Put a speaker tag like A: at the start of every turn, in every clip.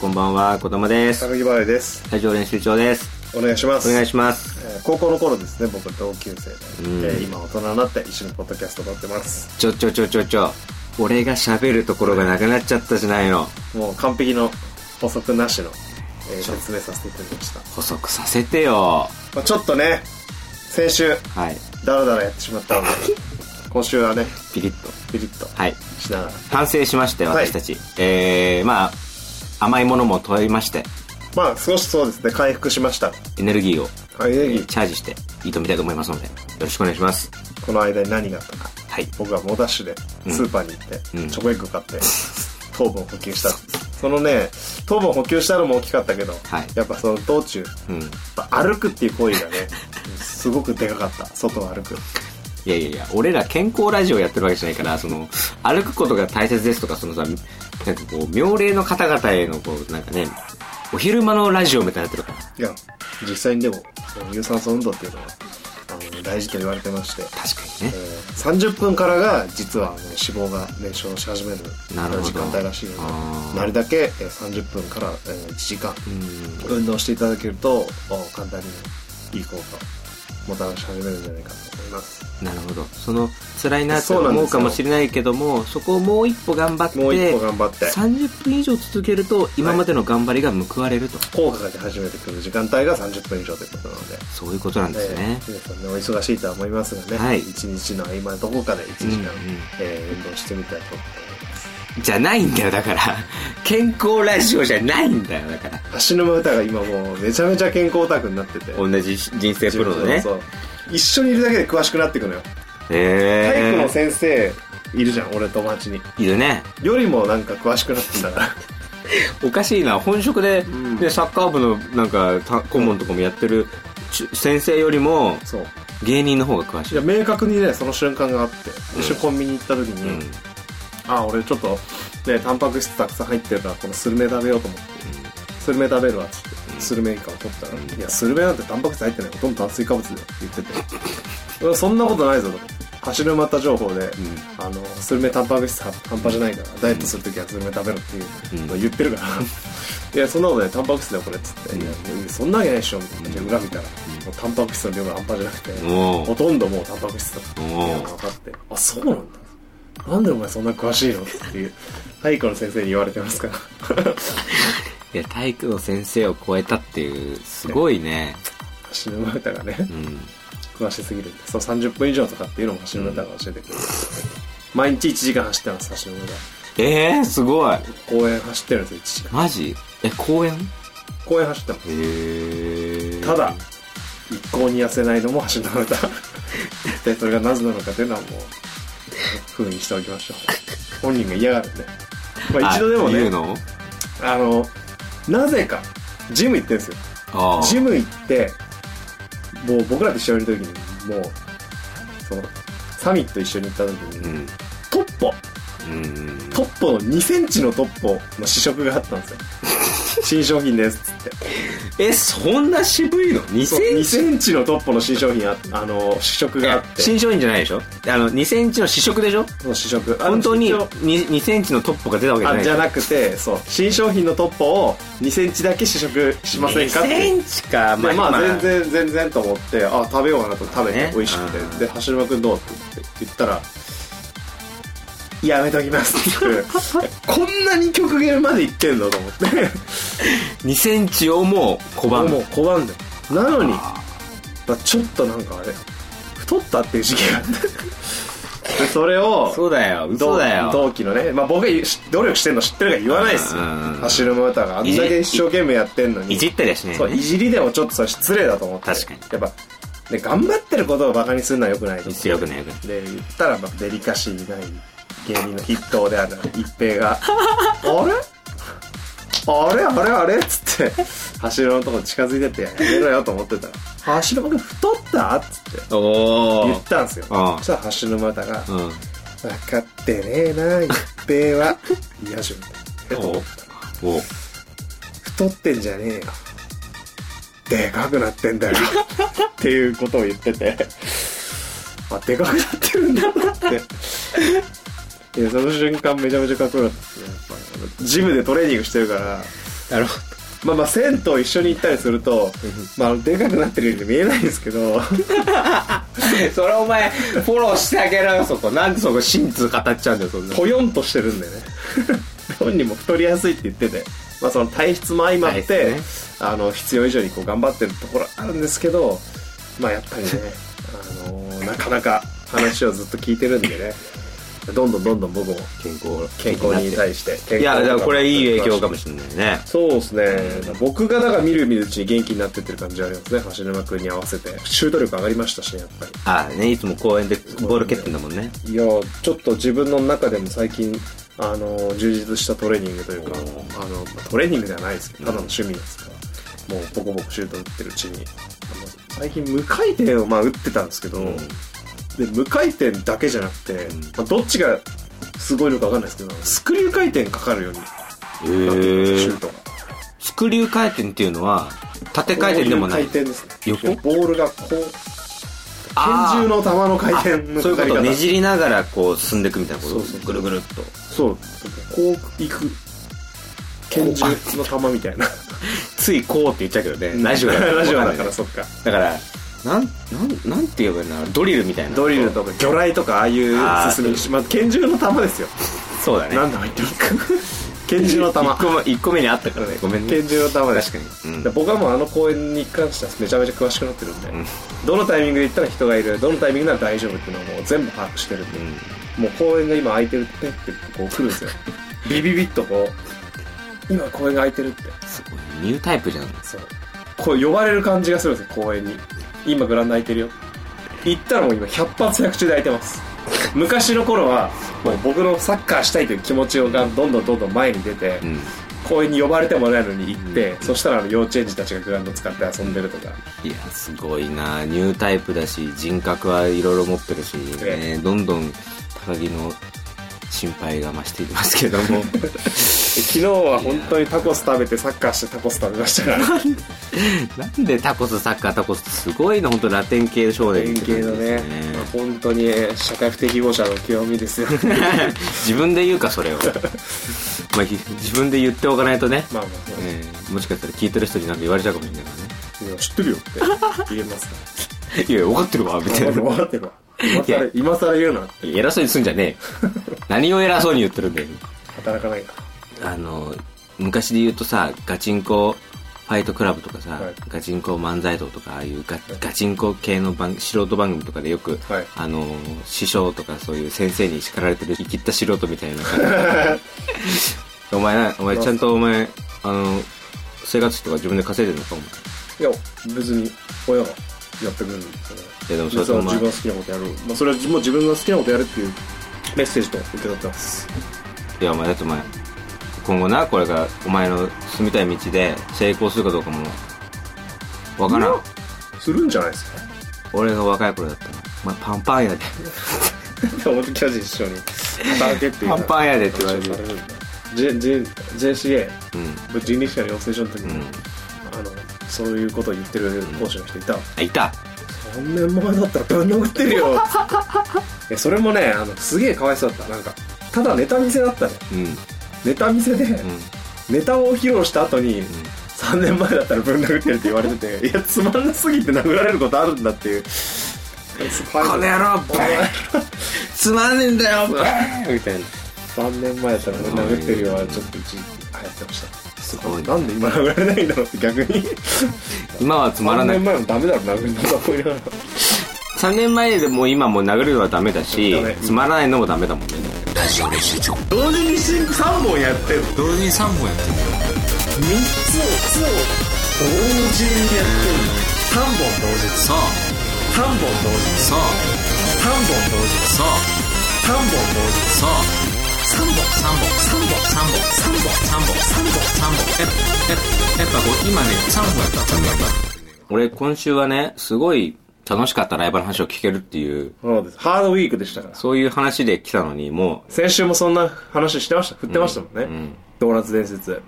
A: こんばんは、こたまです。
B: 木原です
A: 会場練習長です。
B: お願いします
A: お願いします。
B: えー高校の頃ですね僕は同級生
A: うん
B: で、えー今大人になって一緒にポッドキャスト撮ってます
A: ちょちょちょちょちょ。俺が喋るところがなくなっちゃったじゃないの。
B: もう完璧の補足なしの、えー説明させていただきました、
A: 補足させてよ。
B: まあ、ちょっとね先週
A: はい。
B: ダラダラやってしまったので今週はね
A: ピリッと。
B: ピリッと
A: はい。
B: しながら
A: 反省しまして、
B: はい
A: 私たち。えー、まあ、甘いものも取りまして、
B: まあ少しそうですね回復しました
A: エネルギーを
B: はい
A: え
B: ネギ
A: ーチャージして挑みたいと思いますので、よろしくお願いします。
B: この間に何があったか
A: はい。
B: 僕は猛ダッシュでスーパーに行って
A: うん
B: チョコエッグ買って 糖分補給したそのね糖分補給したのも大きかったけど、
A: はい
B: やっぱその道中
A: うん。い
B: やっぱ歩くっていう行為がねすごくでかかった外を歩く
A: やいやいや、俺ら健康ラジオやってるわけじゃないから、その、歩くことが大切ですとか、そのさ、なんかこう、妙齢の方々への、こう、なんかね、お昼間のラジオみたいになってるから。
B: いや実際にでもその有酸素運動っていうのはあの大事と言われてまして、
A: 確か
B: え
A: にね。
B: ー30分からが実は、ね、脂肪が燃焼し始める
A: なるほど
B: 時間帯らしいの
A: あー
B: でなるだけえー30分からえー1時間
A: うん。
B: 運動していただけるとお簡単にいい効果をもたらし始めるんじゃないかと思います
A: なるほど。その、辛いなって
B: そうなんです
A: 思う
B: よ
A: かもしれないけども、そこをもう一歩頑張って、
B: もう一歩頑張って
A: 30分以上続けると、今までの頑張りが報われると。
B: 効果が出始めてくる時間帯が30分以上ということなので
A: そういうことなんですね。
B: えー皆さんねお忙しいとは思いますがね、
A: はい
B: 一日の合間どこかで1時間、
A: うんうん
B: えー運動してみたいと思います
A: じゃないんだよ、だから。健康ラジオじゃないんだよ、だから。
B: 橋沼歌が今もうめちゃめちゃ健康オタクになってて
A: 同じ人生プロのね
B: そ。う一緒にいるだけで詳しくなっていくのよ体育
A: え
B: の先生いるじゃん俺友達に
A: ー、いるね。
B: よりもなんか詳しくなってん だから
A: おかしいな、本職で、
B: ん
A: で、サッカー部のなんか、た顧問とかもやってる、ちゅ先生よりも、
B: そう
A: 芸人の方が詳し
B: い
A: い。
B: や明確にねその瞬間があって
A: うん
B: 一緒にコンビニ行った時
A: う
B: に、
A: ん。
B: あ俺ちょっとねタンパク質たくさん入ってるからこのスルメ食べようと思ってスルメ食べるわっつってスルメイカを取ったら「いやスルメなんてタンパク質入ってないほとんど炭水化物だよ」って言って てうわ「そんなことないぞ」と走るまた情報で、あのスルメタンパク質は半端じゃないからダイエットするときはスルメ食べろっていうのを言ってるから 「いやそんなことないタンパク質だよこれ」っつって「いやそんなわけないでしょ」みたいなじゃあ裏見たら、もうタンパク質の量が半端じゃなくて
A: おー
B: ほとんどもうタンパク質だっていうのが分かって「あそうなんだ」なんでお前そんな詳しいのっていう体育の先生に言われてますから
A: いや、体育の先生を超えたっていう、すごいね。
B: 橋沼歌がね
A: うん。
B: 詳しすぎるんでそう30分以上とかっていうのも走る歌が教えてくれる、毎日1時間走ってます走る歌
A: えー、すごい。
B: 公園走ってるんですよ1時間
A: マジえ、公園
B: 公園走ってま
A: へ
B: す
A: ー。
B: ただ一向に痩せないのも走る 歌一体それがなぜなのかというのはもう封印しておきましょう本人が嫌がるんで、まあ、
A: あ、
B: 一度でも
A: 言う
B: ね
A: の
B: あのなぜかジム行ってるんですよ
A: ああ。
B: ジム行ってもう僕らと一緒にいる時にもうそのサミット一緒に行った時
A: う
B: に、
A: ん。
B: トッポ
A: うん。
B: トッポの2センチのトッポの試食があった んですよ新商品ですっつって
A: え、そんな渋いの ?2
B: そう
A: セン
B: 2
A: チ
B: センチのトッポの新商品ああの試食があって
A: 新商品じゃないでしょあの、2センチの試食でしょ
B: その試食あの
A: 本当に
B: 一応
A: 2, 2センチのトップが出たわけじゃ
B: あ
A: ない
B: じゃ
A: な
B: なくてそう新商品のトッポを2センチだけ試食しませんかっ
A: 2セ
B: て
A: ンチか、
B: でまあ
A: 然。
B: 全然全然と思ってあ食べようかなと食べて、
A: ね
B: 美味しく
A: うん
B: てで橋沼君どうって言って言ったら「やめときます」って言って こんなに極限までいってんのと思って
A: 2センチをもう小判。
B: もう拒んでなのに
A: あ
B: だちょっとなんかあれ太ったっていう時期があって でそれを
A: そうだよ、
B: 同
A: 嘘だよ。
B: 同期のね、まあ、僕がし努力してんの知ってるから言わないですよ
A: うんうんうん
B: 走る歌があんだけ一生懸命やってんのに
A: いじったりはしない
B: そ
A: よ
B: うい
A: ね。
B: じりでもちょっとそれ失礼だと思って
A: 確かに
B: やっぱ、ね、頑張ってることをバカにするのはよくないと思って
A: 強くないよくない。
B: で言ったらまあデリカシーない芸人の筆頭である一平が 「あれあれあれあれ?」っつって柱のとこ近づいてって「やめろよ」と思ってたら「柱君太った?」っつって
A: お
B: 言っ
A: ー。
B: たんですよ
A: ああ
B: そしたら柱の歌が「
A: うん。
B: 分かってねえな一 平は」言い始めた
A: おお
B: 太ってんじゃねえよでかくなってんだよっていうことを言っててあでかくなってるんだっていやその瞬間めちゃめちゃかっこよかったですねやっぱジムでトレーニングしてるから
A: なるほ
B: まあまあ銭湯一緒に行ったりすると、まあ、でかくなってるように見えないんですけど
A: ど。 それお前、フォローしてあげろよ、そこ。なんでそこ、真通語っちゃうんだよ、そんな。
B: ぽよんとしてるんでね 本人も太りやすいって言ってて、まあ、その体質も相まっ
A: 体
B: て、あの必要以上にこう頑張ってるところあるんですけどまあやっぱり ね、あのなかなか話をずっと聞いてるんでねどんどんどんどん僕も
A: 健康、
B: 健康に対して
A: いや、だからこれいい影響か
B: も
A: もしれないね。
B: そうですね僕がだから見る見るうちに元気になってってる感じはありますね橋沼君に合わせてシュート力上がりましたしねやっぱり
A: ああ、ね、いつも公園でボール蹴ってんだもんね。
B: いやちょっと自分の中でも最近あの充実したトレーニングというかあのまあトレーニングではないですけどただの趣味ですから、もうボコボコシュート打ってるうちにあの最近無回転をまあ打ってたんですけど、
A: うん
B: で無回転だけじゃなくて、
A: ん
B: まあ、どっちがすごいのかわかんないですけどスクリュー回転かかるようにな
A: え
B: ってるんですよシ
A: ー
B: ュー。トが
A: スクリュー回転っていうのは、縦回転でもない。
B: こういう回転ですね
A: 横
B: いやボールがこう
A: あー
B: 拳銃の弾の回転の
A: そういう
B: かか
A: こと
B: り方
A: をねじりながらこう進んでいくみたいなこと
B: そうそうそう
A: ぐるぐるっと
B: そうこういく拳銃の弾みたいな
A: ついこうって言っちゃうけどねラジオだから
B: ラジオだか
A: わ
B: らそっか
A: んないねだからなんなんなんて言えばいいんだろうドリルみたいな
B: ドリルとか魚雷とかああいう
A: あー
B: 進みにしまあ拳銃の弾ですよ
A: そうだね
B: 何度も言ってますか 拳銃の弾
A: 1個目一個目にあったからねごめんね
B: 拳銃の弾です
A: 確かに、うん
B: で僕はもうあの公園に関してはめちゃめちゃ詳しくなってるんで、
A: ん
B: どのタイミングで行ったら人がいるどのタイミングなら大丈夫っていうのはもう全部把握してるんで、もう公園が今空いてるってペッてこう来るんです よビビビッとこう今公園が空いてるって
A: すごいニュータイプじゃん
B: そうこう呼ばれる感じがするんですよ公園に今グラウンド空いてるよ行ったらもう今100発100中で空いてます昔の頃はもう僕のサッカーしたいという気持ちがどんどんどんどん前に出て、
A: うん
B: 公園に呼ばれてもないのに行って、そしたらあの幼稚園児たちがグラウンド使って遊んでるとか、
A: いやすごいなニュータイプだし人格はいろいろ持ってるし、ね
B: え、
A: どんどん高木の心配が増していますけど も
B: 昨日は本当にタコス食べてサッカーしてタコス食べましたから
A: なんでタコスサッカータコスってすごいな本当ラテン系少年
B: 典
A: って
B: 型
A: 感じ
B: のね
A: ですね
B: まあ本当に社会不適合者の極み ですよ
A: 自分で言うかそれを、 まあ、ひ自分で言っておかないとね、
B: まあまあそうですね
A: えーもしかしたら聞いてる人になんか言われちゃうかもしれないか
B: いや知ってるよって言えますから
A: ねいや分かってるわみたいな
B: 分かってるわ今更今更言うな
A: 偉そうにすんじゃねえよ 何を偉そうに言ってるんだよ
B: 働かないか
A: あの昔で言うとさガチンコファイトクラブとかさ、
B: はい
A: ガチンコ漫才道とかああいうガガチンコ系の番素人番組とかでよく、
B: はい
A: あの師匠とかそういう先生に叱られてる生きった素人みたい なお前なお前ちゃんとお前あの生活費とか自分で稼いでるのかお前
B: いや別に親がやってくるんですよね
A: いやでもそれ
B: 実は
A: まあ
B: 自分が好きなことやる、まあ、それはもう自分が好きなことやるっていうメッセージと受け取ってます
A: いやお前だってお前今後なこれからお前の住みたい道で成功するかどうかもわから
B: い
A: ん
B: やするんじゃないですか
A: 俺が若い頃だったらお前パンパンやで
B: 表巨人師匠に働けっていう
A: パンパンやでって言われる
B: 話をさるんだ J- J- JCA
A: うん
B: 僕人力車の養成所の時に、
A: うん
B: あのそういうことを言ってる講師の人いたわ、
A: あいた
B: 3年前だったらぶん殴ってる よいやそれもねあのすげえかわいそうだったなんかただネタ見せだったね
A: うんうん
B: ネタ見せで、ネタを披露した後に、3年前だったらぶん殴ってるって言われ てていやつまんなすぎて殴られることあるんだっていうこ
A: この野郎
B: お前
A: つまんねえんだよ みたいな
B: 3年前だったらぶん殴ってるよはちょっと一時期流行ってました
A: すごい
B: なんで今殴られないんだろうっ て逆に
A: 今はつまらな
B: 3
A: い
B: 年前もダメだろ殴るのと思いながら
A: 3年前でも今もう殴るのはダメだし
B: ダメ
A: つまらないのもダメだもんね
B: 同時に3本やってる
A: 同時に3本やって
B: 3つを同時に
A: そうそうそう
B: やってる3本同時3本同時3本同時3本同時
A: そう
B: 3本
A: 3本3本3本3本3本3本3本やっぱ今ね3本やった3本やった俺今週はねすごい楽しかったライブの話を聞けるっていう
B: そうですハードウィークでしたから
A: そういう話で来たのにもう
B: 先週もそんな話してました振ってましたもんね、ドーナツ伝説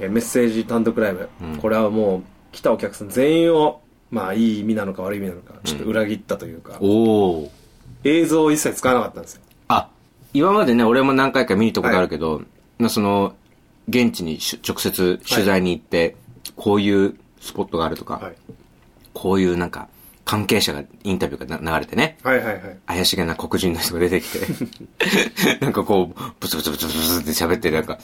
B: えーメッセージ単独ライブ、これはもう来たお客さん全員をまあいい意味なのか悪い意味なのかちょっと裏切ったというか、
A: おお
B: 映像を一切使わなかったんですよ
A: あ、今までね、俺も何回か見に行ったことあるけど、まあその、現地にし直接取材に行って、こういうスポットがあるとか、
B: はい。
A: こういうなんか、関係者が、インタビューがな流れてね、
B: はいはいはい。
A: 怪しげな黒人の人が出てきて、なんかこう、ブツブツブツブツブツって喋って、なんか、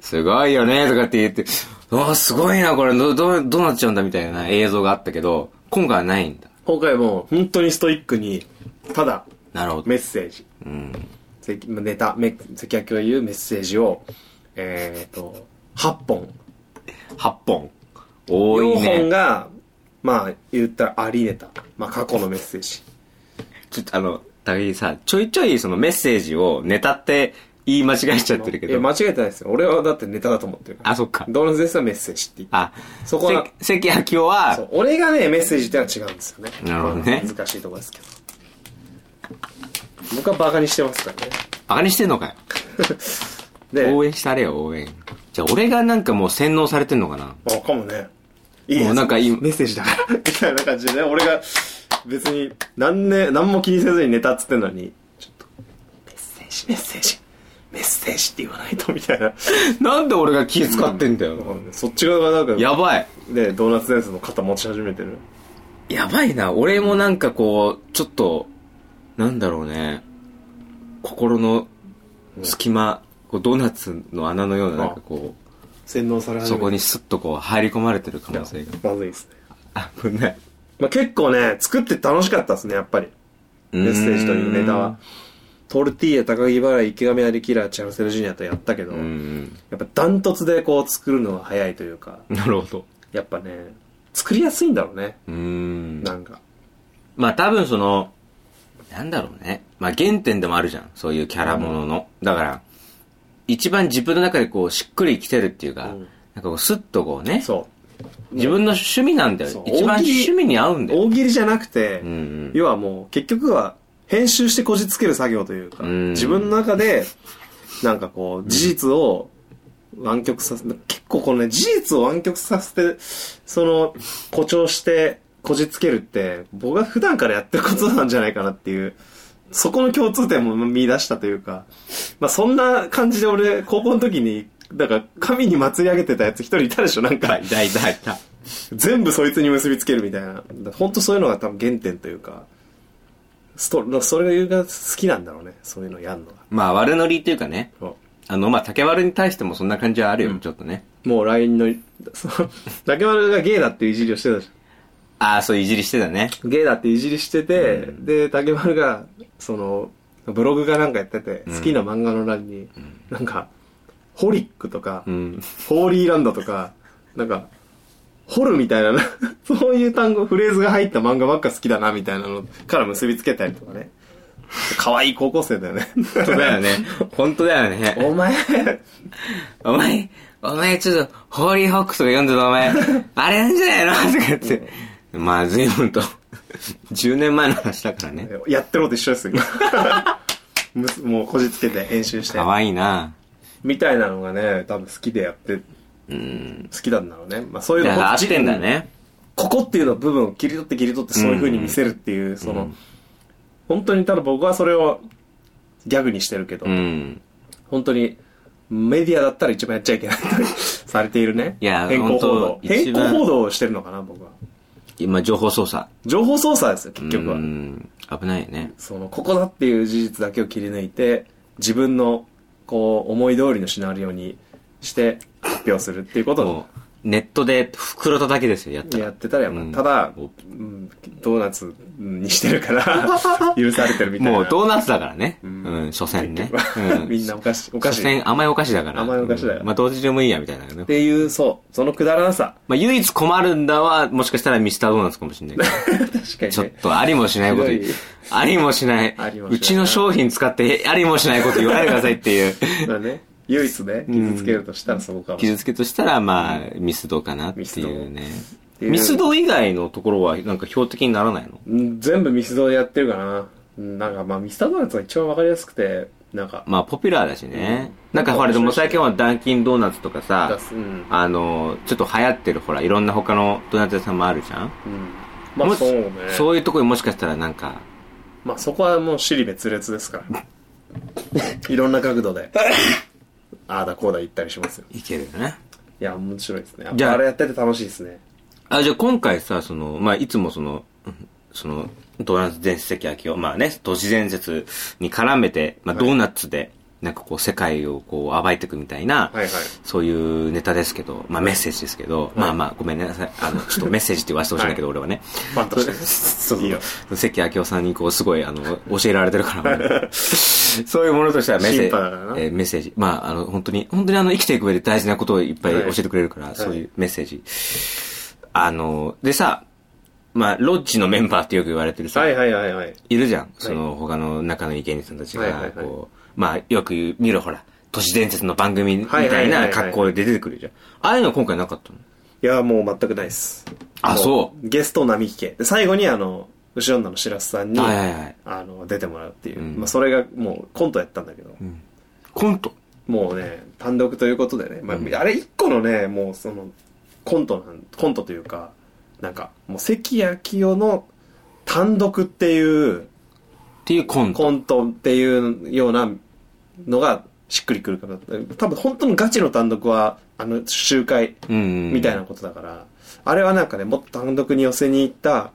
A: すごいよね、とかって言って、ああ、すごいな、これ、ど、ど、どうなっちゃうんだ、みたいな映像があったけど、今回はないんだ。
B: 今回も本当にストイックに、ただ、
A: なるほど。
B: メッセージ。
A: うん。
B: せきネタ、め関脇が言うメッセージを、えっ、と、8本。
A: 8本。多
B: 4
A: い
B: 本
A: ね。
B: が、まあ、言ったらありネタ。まあ、過去のメッセージ。
A: ちょっとあの、高木さ、ちょいちょいそのメッセージをネタって言い間違えちゃってるけ
B: え、間
A: ど。
B: 違えてないですよ。俺はだってネタだと思ってるから。
A: あ、そっか。
B: ドーナツですはメッセージって言って。
A: あ、
B: そこは
A: せ関明夫は
B: そ、う俺がね、メッセージってのは違うんですよね。
A: なるほどね
B: まあ難しいところですけど。僕はバカにしてますからね。
A: バカにしてんのかよ。
B: で、
A: 応援したれよ、応援。じゃあ、俺がなんかもう洗脳されてんのかな
B: あ、かもね。いい
A: も
B: ね。
A: うなんか今
B: メッセージだから。みたいな感じでね、俺が別に、なんね、何も気にせずにネタっつってんのに、ちょっと、メッセージ、メッセージ、メッセージって言わないと、みた いな。
A: なんで俺が気使ってんだよ。
B: そっち側がなんか、
A: やばい。
B: ね、ドーナツダンスの肩持ち始めてる。
A: やばいな。俺もなんかこう、ちょっと、なんだろうね。心の隙間、こうドーナツの穴のような、なんかこ
B: 洗脳され
A: う、
B: 始
A: そ
B: めて
A: こ
B: る。
A: にスッとこう入り込まれてる可能性
B: い
A: が
B: や。まずいですね。
A: あ危ない。
B: まあ、結構ね、作って楽しかったですね、やっぱり。メッセージというネタは。トルティーヤ、高木原、池上アリキラー、チャンセルジュニアとやったけど、
A: うーん。うん
B: やっぱダントツでこう作るのが早いというか、
A: なるほど。
B: やっぱね、作りやすいんだろうね、
A: うーん。
B: なんか。
A: まあ多分その、なんだろうね。まあ原点でもあるじゃん。そういうキャラものの。だから、一番自分の中でこうしっくりきてるっていうか、
B: うん
A: なんかこうスッとこうね。
B: そ
A: 自分の趣味なんだ
B: そう
A: よ。一番
B: 大喜利
A: 趣味に合うん
B: う。
A: だよ。
B: 大喜利じゃなくて、
A: うんうん。
B: 要はもう結局は編集してこじつける作業というか、
A: うん
B: 自分の中で、なんかこう、事実を湾曲させ、結構このね、事実を湾曲させて、その、誇張してこじつけるって、僕が普段からやってることなんじゃないかなっていう、そこの共通点も見出したというか、まあそんな感じで俺、高校の時に、だから神に祭り上げてたやつ一人いたでしょなんか
A: い、たいたいた。
B: 全部そいつに結びつけるみたいな本当そういうのが多分原点というかストそれが好きなんだろうねそういうのやんのが
A: まあ悪ノリっていうかね。
B: そ
A: あの、まあ竹丸に対してもそんな感じはあるよ、
B: うん
A: ちょっとね。
B: うもう LINE のその竹丸がゲイだっていういじりをしてたじ
A: ああ、そういじりしてたね。
B: ゃんゲイだっていじりしてて、
A: う
B: で竹丸がそのブログがなんかやってて、
A: うん
B: 好きな漫画の欄に、なんかホリックとか、
A: うん。
B: ホーリーランドとか、なんか、掘るみたいな、 そういう単語、フレーズが入った漫画ばっか好きだな、みたいなのから結びつけたりとかね。可愛い高校生だよね。
A: 本当だよね。本当だよね。
B: お前、
A: お前、お前ちょっと、ホーリーホックスとか読んでたお 前、あれなんじゃないの とか言って。まあ随分と、10年前の話だからね。
B: やってること一緒ですよ。 むすもうこじつけて編集して
A: か。わいいな。
B: みたいなのがね、多分好きでやって、
A: うん。
B: 好きなんだろうね。まあそういう
A: じ
B: の
A: ゃあ合
B: こ
A: っ
B: ち
A: てんだね。
B: ここっていうの部分を切り取って切り取ってそういう風に見せるっていう、その、本当にただ僕はそれをギャグにしてるけど、
A: うん。
B: 本当にメディアだったら一番やっちゃいけないと されているね。
A: いや
B: 変更報道
A: 本。当
B: 変
A: 一番
B: 更報道をしてるのかな、僕は。
A: 今、情報操作。
B: 情報操作ですよ、結局は
A: う。ん。危ないよね。
B: その、ここだっていう事実だけを切り抜いて、自分の、こう、思い通りのシナリオにして発表するっていうことを
A: もう、ネットで袋叩きですよ、やった
B: や
A: ら
B: っ。てたらやっぱ、
A: うん
B: ただ、
A: お
B: うん、ドーナツにして るから、許されてるみたいな。
A: もうドーナツだからね。うんん、所詮ね。 う
B: みんなおかしい。お
A: 所
B: かしい。っ
A: 詮甘いお菓子だから。
B: 甘いお菓子だよ
A: うんまあ、どっちでもいいや、みたいな ね。
B: ていう、そう、そのくだらなさ。
A: まあ、唯一困るんだは、もしかしたらミスタードーナツかもしれないけど。
B: 確か に
A: ちょっ
B: ね。
A: と、ありもしないこと言う
B: ひどい。
A: ありもしない
B: ありもしないう
A: ちの商品使って、ありもしないこと言わないでくださいって いう。
B: だね。唯一ね、傷つけるとしたらそこかもしれない
A: 傷つけとしたら、まあ、ミスドかなっていうね。ミ
B: ミ
A: ス
B: スド
A: ド以外のところは、なんか標的にならないの
B: うん全部ミスドでやってるかなうんなんかまあミスタードーナツが一番わかりやすくてなんか
A: まあ、ポピュラーだしね。なんか、ほら、でも最近はダンキンドーナツとかさ
B: 出、すうん、
A: あの、ちょっと流行ってる、ほら、いろんな他のドーナツ屋さんもあるじゃん
B: うん、ま
A: も
B: あ
A: し
B: そうね
A: そういうとこにもしかしたらなんか、
B: ま あそこはもう尻滅裂ですからいろんな角度でああだこうだ言ったりしますよ。
A: いけるよね。
B: いや、面白いですね。やっ
A: じゃ
B: ぱ
A: あ
B: あれやってて楽しいですね。
A: あ、じゃあ今回さ、その、まあ、いつもその、うんその、ドーナツ伝説的秋を、まあね、都市伝説に絡めて、まあ、
B: はい
A: ドーナツで、なんかこう、世界をこう、暴いていくみたいな、
B: はいはい
A: そういうネタですけど、まあ、メッセージですけど、まあまあ、ごめんなさい。あの、ちょっとメッセージって言わせてほしいんだけど、俺はね。
B: ファンと してね
A: そう
B: いいよ
A: そう。関明夫さんにこう、すごい、あの、教えられてるから、俺 そういうものとしてはメッセー
B: シ
A: ジ
B: ンパだからな、
A: えーメッセージ。まあ、あの、本当に、本当にあの、生きていく上で大事なことをいっぱい教えてくれるから、
B: はい
A: そういうメッセージ。あの、でさ、まあ、ロッジのメンバーってよく言われてるさ、、
B: はいいはいはいはい。
A: るじゃん。その、他の仲のいい芸人さんたちが、
B: はいはいはい
A: こう、まあ、よく見るほら、都市伝説の番組みたいな格好で出てくるじゃん。ああいうの今回なかったの
B: いや、もう全くないです。
A: あ
B: も。
A: そう
B: ゲスト並木家。で、最後にあの、後ろ女の白洲さんに、
A: はいはいはい
B: あの、出てもらうっていう。
A: うん
B: まあ、それがもうコントやったんだけど、
A: コント。
B: もうね、単独ということでね、まあ、あれ一個のね、もうその、コントなん、コントというか、なんか、もう関谷清の単独っていう、
A: っていうコント。
B: コントっていうようなのがしっくりくるかな。多分本当のガチの単独は、あの、集会
A: うんうん。
B: みたいなことだから、あれはなんかね、もっと単独に寄せに行った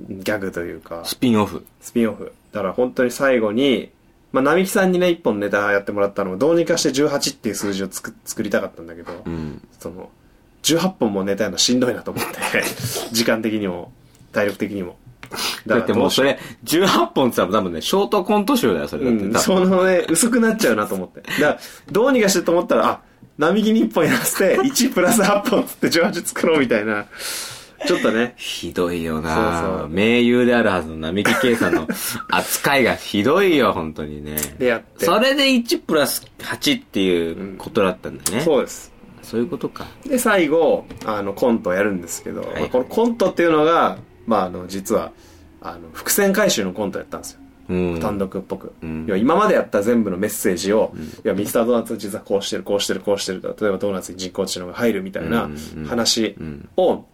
B: ギャグというか、
A: スピンオフ。
B: スピンオフ。だから本当に最後に、まあ、並木さんにね、一本ネタやってもらったのも、どうにかして18っていう数字をつく作りたかったんだけど、
A: うん。
B: その、18本もネタやるのしんどいなと思って、 時間的にも、体力的にも。
A: だってもうそ
B: れ、
A: れ、18本って多分ね、ショートコント集だよ、それだ
B: う
A: って。
B: ん、
A: 多
B: そ
A: 分
B: のね、薄くなっちゃうなと思って。だから、どうにかしてと思ったら、あ、並木に1本やらせて、1プラ ス8本つって18作ろうみたいな、ちょっとね、
A: ひどいよな
B: そうそう
A: 名優であるはずの並木圭さん の扱いがひどいよ、本当にね。
B: でやって。
A: それで1プラス8っていうことだったんだね。
B: そうです。
A: そういうことか。
B: で、最後、あの、コントをやるんですけど、
A: いはい
B: まあこのコントっていうのが、まあ、あの、実は、あの、伏線回収のコントやったんですよ。
A: うん。
B: 単独っぽく、
A: うん
B: 要は今までやった全部のメッセージを、要はミスタードーナツは実はこうしてるこうしてるこうしてる例えばドーナツに人工知能が入るみたいな
A: うん
B: 話を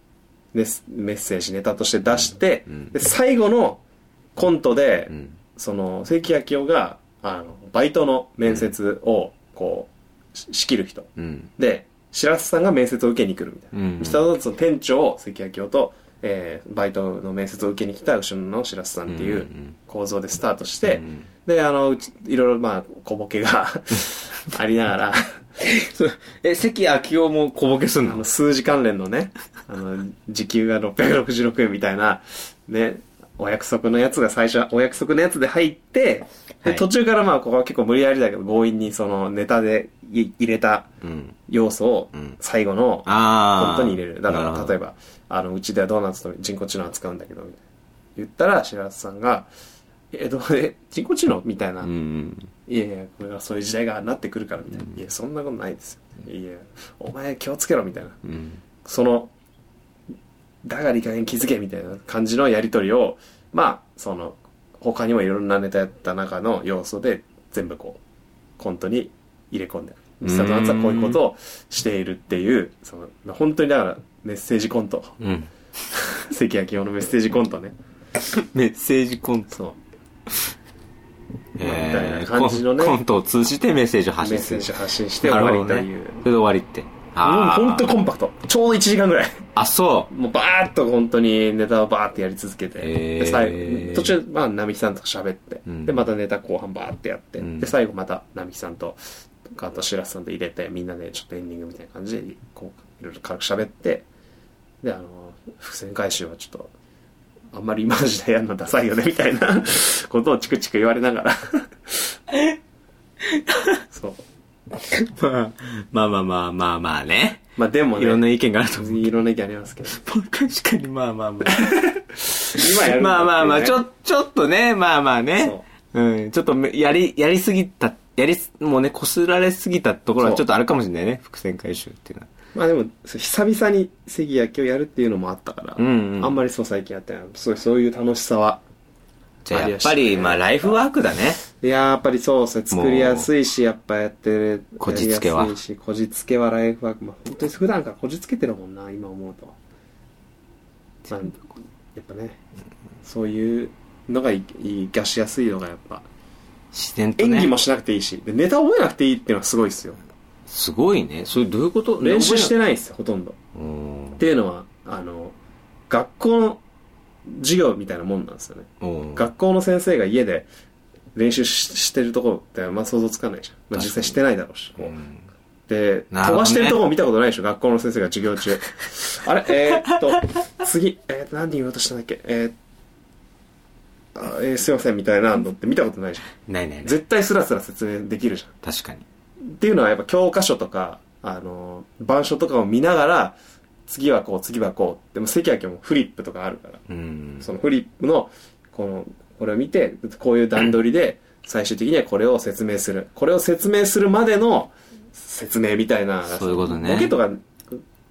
B: メスメッセージネタとして出して、
A: ん
B: で最後のコントで、
A: うん。
B: その関明夫があのバイトの面接をこうし仕切る人
A: うん。
B: で白洲さんが面接を受けに来るみたいな、
A: うん
B: ミスタードーナツの店長関明夫と、えーバイトの面接を受けに来た後ろの白洲さんってい
A: うんう
B: うん構造でスタートして、
A: うん
B: で、あの、うちいろいろ、まあ、小ボケ がありながら、
A: え、関明夫も小ボケすん
B: あの、数字関連のね、あの、時給が666円みたいな、ね、お約束のやつが最初は、お約束のやつで入って、で
A: はい
B: 途中からまあ、ここは結構無理やりだけど、強引にそのネタでい入れた
A: うん。
B: 要素を
A: うん
B: 最後の
A: ああ。
B: 本当に入れる。だか
A: なほ
B: ら、
A: ど
B: 例えば、あの、うちではドーナツと人工知能扱うんだけど、みたいな言ったら、白洲さんが、え、どうえ、人工知能みたいな
A: うんうん。
B: いやいや、これはそういう時代がなってくるからみたいな。いや、そんなことないですよ。いや、お前気をつけろみたいな。
A: うん。
B: その、だがいい加減気づけみたいな感じのやりとりを、まあ、その、他にもいろんなネタやった中の要素で全部こう、コントに入れ込んでる。ミスタードーナツはこういうことをしているっていう、その、本当にだからメッセージコント。
A: うん。
B: 関谷清のメッセージコントね。
A: メッセージコント。
B: そう。
A: え
B: み
A: ー
B: たいな感じのね
A: コンコントを通じてメッセージを
B: メ
A: 発
B: ッ
A: 信す
B: セー
A: る。
B: ジ発信して終わりと
A: なる
B: い
A: ほ
B: う
A: ど。ねそれで終わりって。
B: うん、
A: ー
B: 本当コンパクト。ちょうど1時間ぐらい。
A: あ、そう。
B: もうバーッと本当にネタをバーッとやり続けて、
A: へー
B: で最後途中、まあ、並木さんと喋って、
A: うん
B: でまたネタ後半バーッてやって、
A: うん
B: で最後また並木さんとあと白洲さんと入れてみんなでちょっとエンディングみたいな感じでこういろいろ軽く喋ってであの伏線回収はちょっとあんまり今の時代やるのダサいよねみたいなことをチクチク言われながら そう
A: まあまあまあまあまあね。
B: まあでもね
A: いろんな意見があると思う。
B: いろんな意見ありますけど
A: 確かにまあまあま
B: 今
A: あ。
B: やるんだっていうね
A: まあまあまあ、ちょ、ちょっとね、まあまあね
B: そ。
A: うん、ちょっとめやり、やりすぎた、やりす、もうね、こすられすぎたところは
B: そう
A: ちょっとあるかもしれないね。伏線回収っていうのは。
B: まあでも、そう久々に関野球やるっていうのもあったから、
A: うんうん
B: あんまりそう最近やってない。そうそういう楽しさは。
A: じゃあやっぱり、まあライフワークだね。
B: いやーやっぱりそうですね、作りやすいし、やっぱやってる。
A: こじつけは
B: やりやすいしこじつけはライフワーク。まあ本当に普段からこじつけてるもんな、今思うと。まあ、やっぱね、そういうのがいい生かしやすいのがやっぱ。
A: 自然と
B: 演
A: ね。
B: 技もしなくていいし、でネタ覚えなくていいっていうのはすごいですよ。
A: すごいね。それどういうこと
B: 練習して
A: る
B: ないんですよほとんどっ
A: うん。
B: ていうのはあの学校の授業みたいなもんなんですよね
A: うん。
B: 学校の先生が家で練習ししてるところってあんま想像つかないじゃん、まあ、実際してないだろうしこう
A: うん
B: で、
A: なるほどね
B: 飛ばしてるとこ見たことないでしょ学校の先生が授 業中あれえー、っと次えー、っと何言おうとしたんだっけえーあえーすいませんみたいなのって見たことないじゃん
A: ないないない。
B: 絶対スラスラ説明できるじゃん
A: 確かに。
B: っていうのはやっぱ教科書とか、あの、板書とかを見ながら、次はこう、次はこう。でも関脇もフリップとかあるから、
A: うん。
B: そのフリップの、この、これを見て、こういう段取りで、最終的にはこれを説明する。これを説明するまでの説明みたいな。
A: そういうことね
B: ボケとか、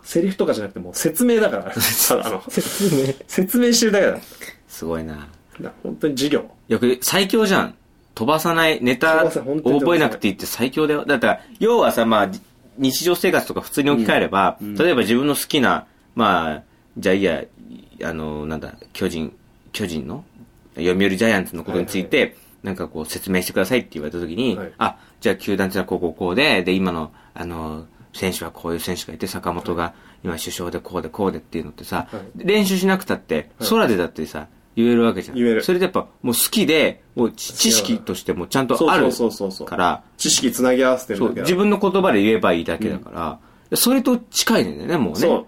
B: セリフとかじゃなくてもう説明だから。ただあの、説明。説明してるだけだ。だか
A: すごいな。
B: ら本当に授業。
A: よく最強じゃん。飛ばさない、ネタ
B: 飛
A: を
B: ばさない本当に
A: 覚
B: 飛ばさない
A: えなくていいって最強だよ。だから、要はさ、まあ、日常生活とか普通に置き換えれば、
B: うんうん
A: 例えば自分の好きな、まあ、じゃあいいや、あの、なんだ、巨人、巨人の読売ジャイアンツのことについて、なんかこう説明してくださいって言われた時に、
B: はい
A: あ、じゃあ球団ってのはこうこうこうで、で、今の、あの、選手はこういう選手がいて、坂本が今首相でこうでこうでっていうのってさ、
B: はい
A: 練習しなくたって、
B: はい
A: 空でだってさ、言えるわけじゃん。
B: 言える
A: それでやっぱもう好きで、もう知知識としてもちゃんとある
B: そうそうそうそう
A: から、
B: 知識つなぎ合わせてる
A: そ
B: だ
A: う
B: けだ。
A: 自分の言葉で言えばいいだけだから、それと近いんだよね、もうね。
B: そう。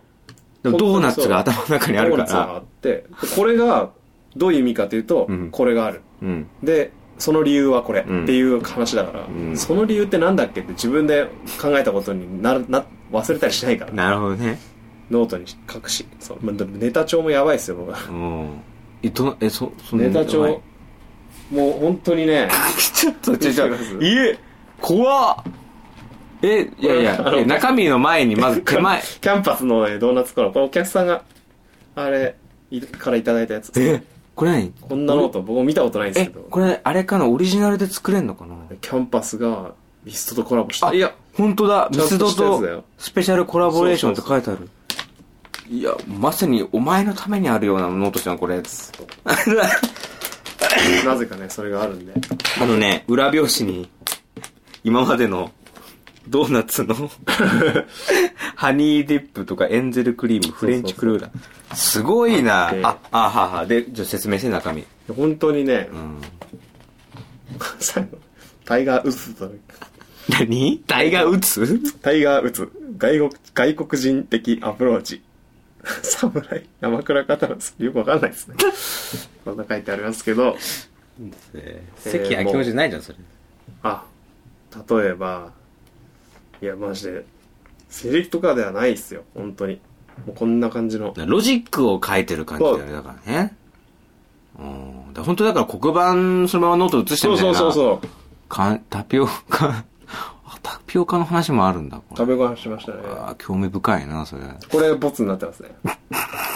A: でもドーナツが頭の中にあるか
B: ドーナツがあ
A: ら。
B: ってでこれがどういう意味かというと、
A: うん
B: これがある
A: うん。
B: でその理由はこれ、
A: うん
B: っていう話だから、
A: うん
B: その理由ってなんだっけって自分で考えたことになるな忘れたりしないから
A: なるほどね。
B: ノートに書くしそう、まあでもネタ帳もやばいですよ僕は
A: うん。え、ど、え、そ、そ
B: ネタ帳、
A: はい
B: もう本当にね
A: ちょっと、ちょっと、いえ、怖っえ、いやい
B: これあ
A: や、
B: の
A: え中身の前にまず手 前。
B: キャンパスのねドーナツコラボこれお客さんがあれいからいただいたやつ
A: え、これ何
B: こんなノート僕も見たことないんです
A: え、
B: けど
A: これ、あれかなオリジナルで作れんのかな
B: キャンパスがミストとコラボした
A: あ、いや、本当だ。ミ
B: ちゃん
A: ス
B: と
A: ド
B: したやつだよ
A: とスペシャルコラボレーションって書いてある。いや、まさにお前のためにあるようなノートじゃん、これ。
B: なぜかねそれがあるんで
A: あのね、裏表紙に、今までのドーナツの、 ハニーディップとかエンゼルクリーム、フレンチクルーラー。すごいな
B: あって
A: あ、あはは。で、じゃあ説明して中身。
B: 本当にね、
A: うん。
B: 最後タイガー・ウッズと
A: 何体が打つ
B: タイガー・ウッズ外国外国人的アプローチ侍山倉方のよくわかんないですねこんな書いてありますけど
A: 関明夫じゃないじゃん、それ。
B: あ例えばいやマジでセレクトカーではないっすよ本当にもうこんな感じの
A: ロジックを書いてる感じだよね、だからね。うん。だから本当だから黒板そのままノート写して
B: そう
A: みたい
B: そ
A: な。
B: うそうそう
A: かタピオカ、あタピオカの話もあるんだ、これ。
B: 食べご飯しましたね
A: あー興味深いな、それ。
B: これボツになってますね、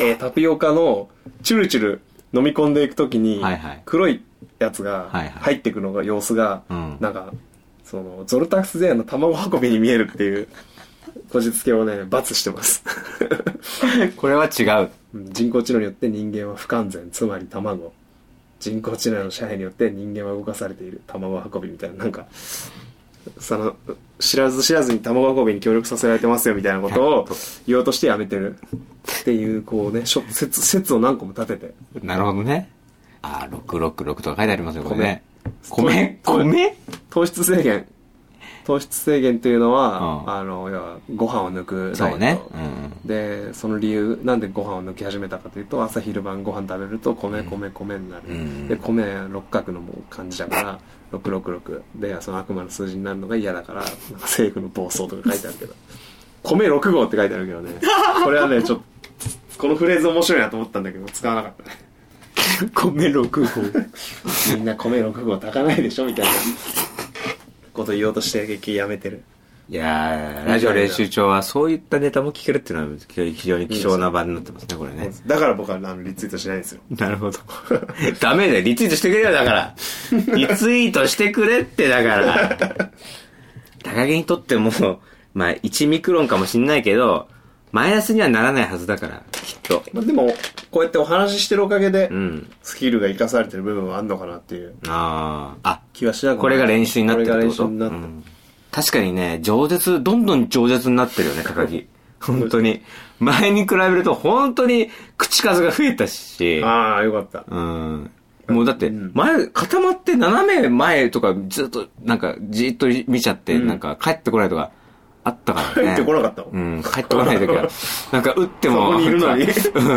B: えータピオカのチュルチュル飲み込んでいくときに
A: はいはい
B: 黒いやつが
A: はいはい
B: 入ってくのが様子が
A: うん
B: なんかそのゾルタクスゼアの卵運びに見えるっていうこじつけをね罰してます
A: これは違う。
B: うん人工知能によって人間は不完全つまり卵人工知能の支配によって人間は動かされている卵運びみたいななんかその知らず知らずに卵運びに協力させられてますよみたいなことを言おうとしてやめてるっていうこうね諸説説を何個も立てて
A: なるほどね。あー、666とか書いてありますよ、これね。
B: 米
A: 米米
B: 糖質制限糖質制限というのは、
A: うん
B: あの要はご飯を抜くダイエット
A: そうね。うん。
B: でその理由なんでご飯を抜き始めたかというと朝昼晩ご飯食べると米米米になる、
A: うん
B: で米六角のもう感じだから666でその悪魔の数字になるのが嫌だからなんか政府の暴走とか書いてあるけど米6号って書いてあるけどねこれはねちょっとこのフレーズ面白いなと思ったんだけど使わなかったね
A: 米6号。
B: みんな米6号炊かないでしょみた いなこと言おうとして結局やめてる
A: いやー、ラジオ練習帳はそういったネタも聞けるっていうのは非常に貴重な場になってますね、これね。
B: だから僕はあのリツイートしないんですよ
A: なるほど。 ダメだよ。リツイートしてくれよ、だ から。リツイートしてくれって、だから。高木にとっても、まあ、1ミクロンかもしんないけど、マイナスにはならないはずだから、きっと。
B: まあでもこうやってお話ししてるおかげで
A: うん。
B: スキルが生かされてる部分はあんのかなっていう
A: ああ。あ、
B: 気はしなくもない
A: これが練習になってるってこと
B: これが練習になってる
A: うん確かにね、饒舌、どんどん饒舌になってるよね、高木。 本当に。前に比べると本当に口数が増えたし。
B: ああ、よかった。
A: うん。もうだって、前、固まって斜め前とかずっと、なんか、じーっと見ちゃって、なんか、帰ってこないとか、あったからね。
B: 帰ってこなかったも
A: うんん、帰ってこない時 は。なんか、打っても、
B: そこにいるの に
A: う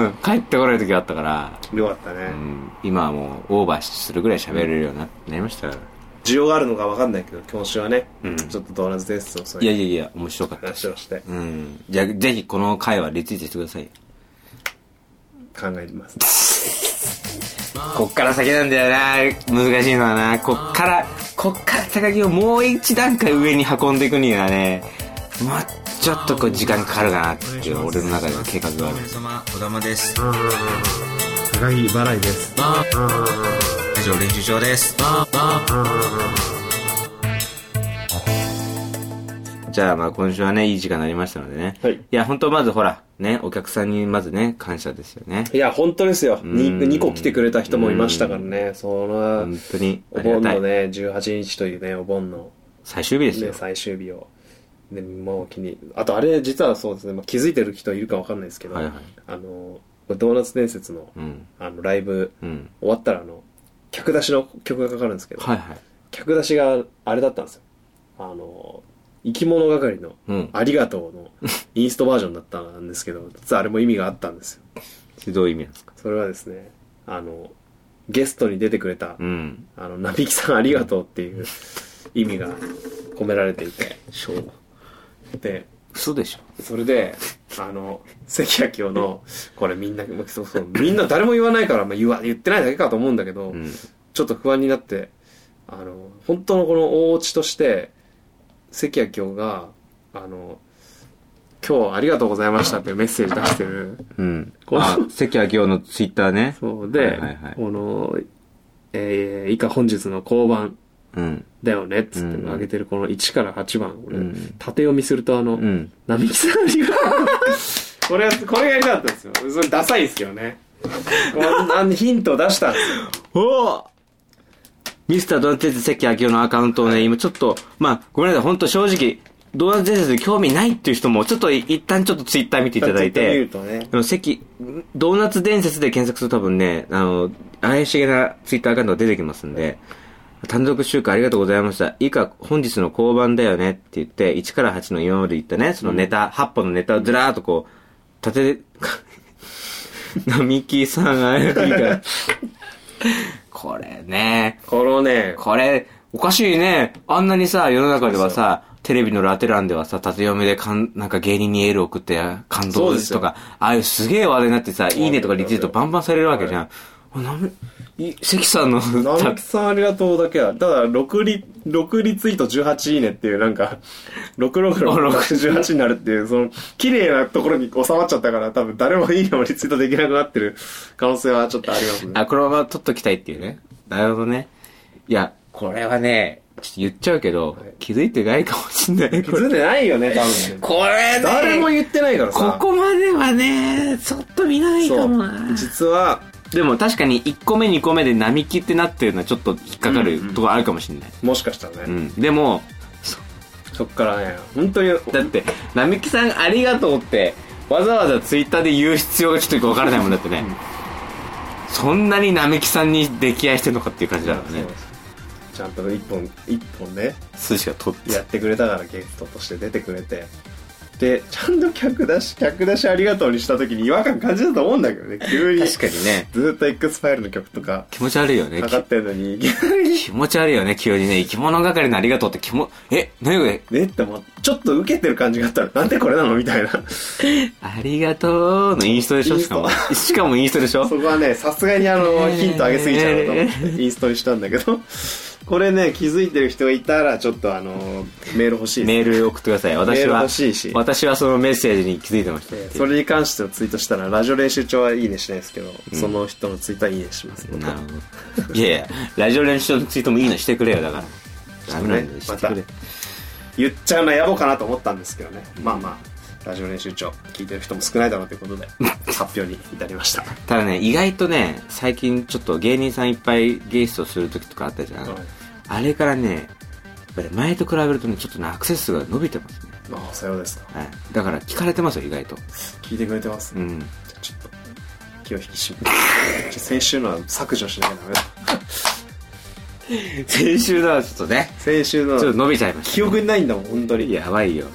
A: ん、帰ってこない時があったから、
B: よかったね。
A: うん、今はもう、オーバーするぐらい喋れるようにななりましたから。
B: 需要があるのか分かんないけど、今週はね、
A: うん
B: ちょっとドーナツですをそ
A: いや
B: れ
A: いやいや、面白かった
B: 話をして
A: うん。じゃあ、ぜひこの回はリツイートしてください。
B: 考えてます。
A: こっから先なんだよな難しいのはなこっから、こっから高木をもう一段階上に運んでいくにはね、もうちょっとこう時間かかるかなっていう、俺の中では計画がある。
C: 様、小玉です。
B: 高木払いです。
C: 以上、練習場です。
A: じゃあまあ今週はね、いい時間になりましたのでね。
B: はい
A: や、本当まずほら、ね、お客さんにまずね、感謝ですよね。
B: いや、本当ですよ。
A: うん
B: 2, 個来てくれた人もいましたからね。その
A: 本当にあ
B: お
A: りが
B: 盆
A: た
B: の
A: い。
B: ね、18日というね、お盆の、
A: 最終日です
B: ね、
A: よ。
B: 最終日を、ね、もう気に。あと、あれ、実はそうですね、まあ、気づいてる人いるかわかんないですけど、
A: はいはい
B: あの、ドーナツ伝説の、
A: うん。
B: あの、ライブ、
A: うん。
B: 終わったら、あの、客出しの曲がかかるんですけど、
A: はいはい。
B: 客出しがあれだったんですよ。あの、生き物係の、
A: うん
B: ありがとうの インストバージョンだったんですけど、実はあれも意味があったんですよ。
A: どういう意味なんですか
B: それはですね、あの、ゲストに出てくれた、
A: うん。
B: あの、ナビキさんありがとうっていう意味が込められていて、で、
A: 嘘でしょ。
B: それで、あの、関谷清の、これみんな、そうそう、みんな誰も言わないから、まあ、言わ言ってないだけかと思うんだけど、
A: うん。
B: ちょっと不安になって、あの、本当のこの大落ちとして、関谷京が、あの、今日ありがとうございましたっていうメッセージ出してる。
A: うん。
B: こう
A: あ、関明夫のツイッターね。
B: そうで、
A: はいはいはい
B: この、えー以下本日の交番
A: うん。
B: だよね、っつって
A: うん
B: 上げてるこの1から8番、俺、
A: うん
B: 縦読みするとあ
A: う
B: の、
A: ん。
B: 並木さんありがとう。これ、これがやりたかったんですよ。それダサいですけどね。こんあのヒントを出したんですよ。
A: おーミスタードーナツ伝説関明夫のアカウントをね、今ちょっと、まあ、ごめんなさい、本当正直、ドーナツ伝説に興味ないっていう人も、ちょっと一旦ちょっとツイッター見ていただい
B: 見る
A: て、
B: とね。
A: あの、関、ドーナツ伝説で検索すると多分ね、あの、怪しげなツイッターアカウントが出てきますんで、単独集会ありがとうございました。以下、本日の交番だよねって言って、1から8の今まで言ったね、そのネタ、8本のネタをずらーっとこう、縦で、 並木さんあれ、いいから。 これね、
B: このね、
A: これ、おかしいね。あんなにさ、世の中ではさ、テレビのラテランではさ、縦読みでかん、なんか芸人にエール送って感動ですとか、ああいうすげえ話題になってさ、いいねとかリツイートバンバンされるわけじゃん。あなみ、い関さんの、
B: 並木さんありがとうだけは、ただ6リ、6リツイート18いいねっていう、なんか、6668になるっていう、その、綺麗なところに収まっちゃったから、多分誰もいいねもリツイートできなくなってる可能性はちょっとありますね。
A: あ、このまま取っときたいっていうね。なるほどね。いや、これはね、ちょっと言っちゃうけど、気づいてないかもしんない。
B: 気づいてないよね、多分ね。
A: これね、
B: 誰も言ってないから
A: こ
B: さ。
A: こまではね、ちょっと見ない
B: そ
A: かも
B: う。
A: な。
B: 実は、
A: でも確かに1個目2個目で並木ってなってるのはちょっと引っかかるところあるかもしれない。
B: もしかしたら
A: う
B: ね、
A: ん。でも、
B: そっからね、本当に、
A: だって、並木さんありがとうって、わざわざツイッターで言う必要がちょっとよくわからないもんだってね。そんなに並木さんに溺愛してんのかっていう感じだからね。
B: ちゃんと一本、一本ね、
A: 寿司が取って。
B: やってくれたからゲストとして出てくれてでちゃんと客出し客出しありがとうにした時に違和感感じたと思うんだけどね急に
A: 確かにね。
B: ずっと X ファイルの曲とか
A: 気持ち悪いよね。
B: かかってるのにいきなり
A: 気持ち悪いよね、急にね。生き物係のありがとうって気も、え、何これ
B: ねってもうちょっと受けてる感じがあったらなんでこれなのみたいな
A: ありがとうのインストでしょしかも
B: イン。
A: しかもインストでしょ
B: そこはねさすがにあのヒントあげすぎちゃうなと思ってインストにしたんだけどこれね気づいてる人がいたらちょっとあのメール欲しいです
A: メール送ってください。
B: メ
A: 私
B: ール
A: は
B: 欲、しいし
A: 私はそのメッセージに気づいてました。
B: それに関してのツイートしたらラジオ練習帳はいいねしないですけど、その人のツイートはいいねしますので
A: なるほど。いやいや、ラジオ練習のツイートもいいのしてくれよ、だから。ダメなんだよ、
B: ま
A: して
B: た
A: くれ。
B: 言っちゃうのは野暮かなと思ったんですけどね、まあまあラジオ練習帳聞いてる人も少ないだろうということで発表に至りました
A: ただね、意外とね、最近ちょっと芸人さんいっぱいゲストする時とかあったじゃん。
B: はい
A: あれからね、ぱり前と比べるとね、ちょっとね、アクセス数が伸びてますね。
B: ああさようですか
A: はい。だから聞かれてますよ、意外と。
B: 聞いてくれてます、
A: うん。
B: じゃあちょっと気を引き締めてじゃあ先週のは削除しなきゃダメだ
A: 先週のはちょっとね、
B: 先週
A: ちょ
B: の
A: っと
B: は
A: 伸びちゃいました。
B: 記憶にないんだもん本当に
A: やばいよ。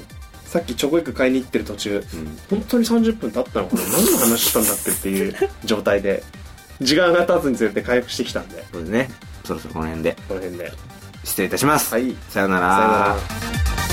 B: さっきチョコエッグ買いに行ってる途中、
A: うん。
B: 本当に30分経ったのかな何の話したんだってっていう状態で時間が経つにつれて回復してきたんで
A: そうですね。そろそろこの辺で
B: この辺で
A: 失礼いたします。
B: はい
A: さよなら。
B: さよなら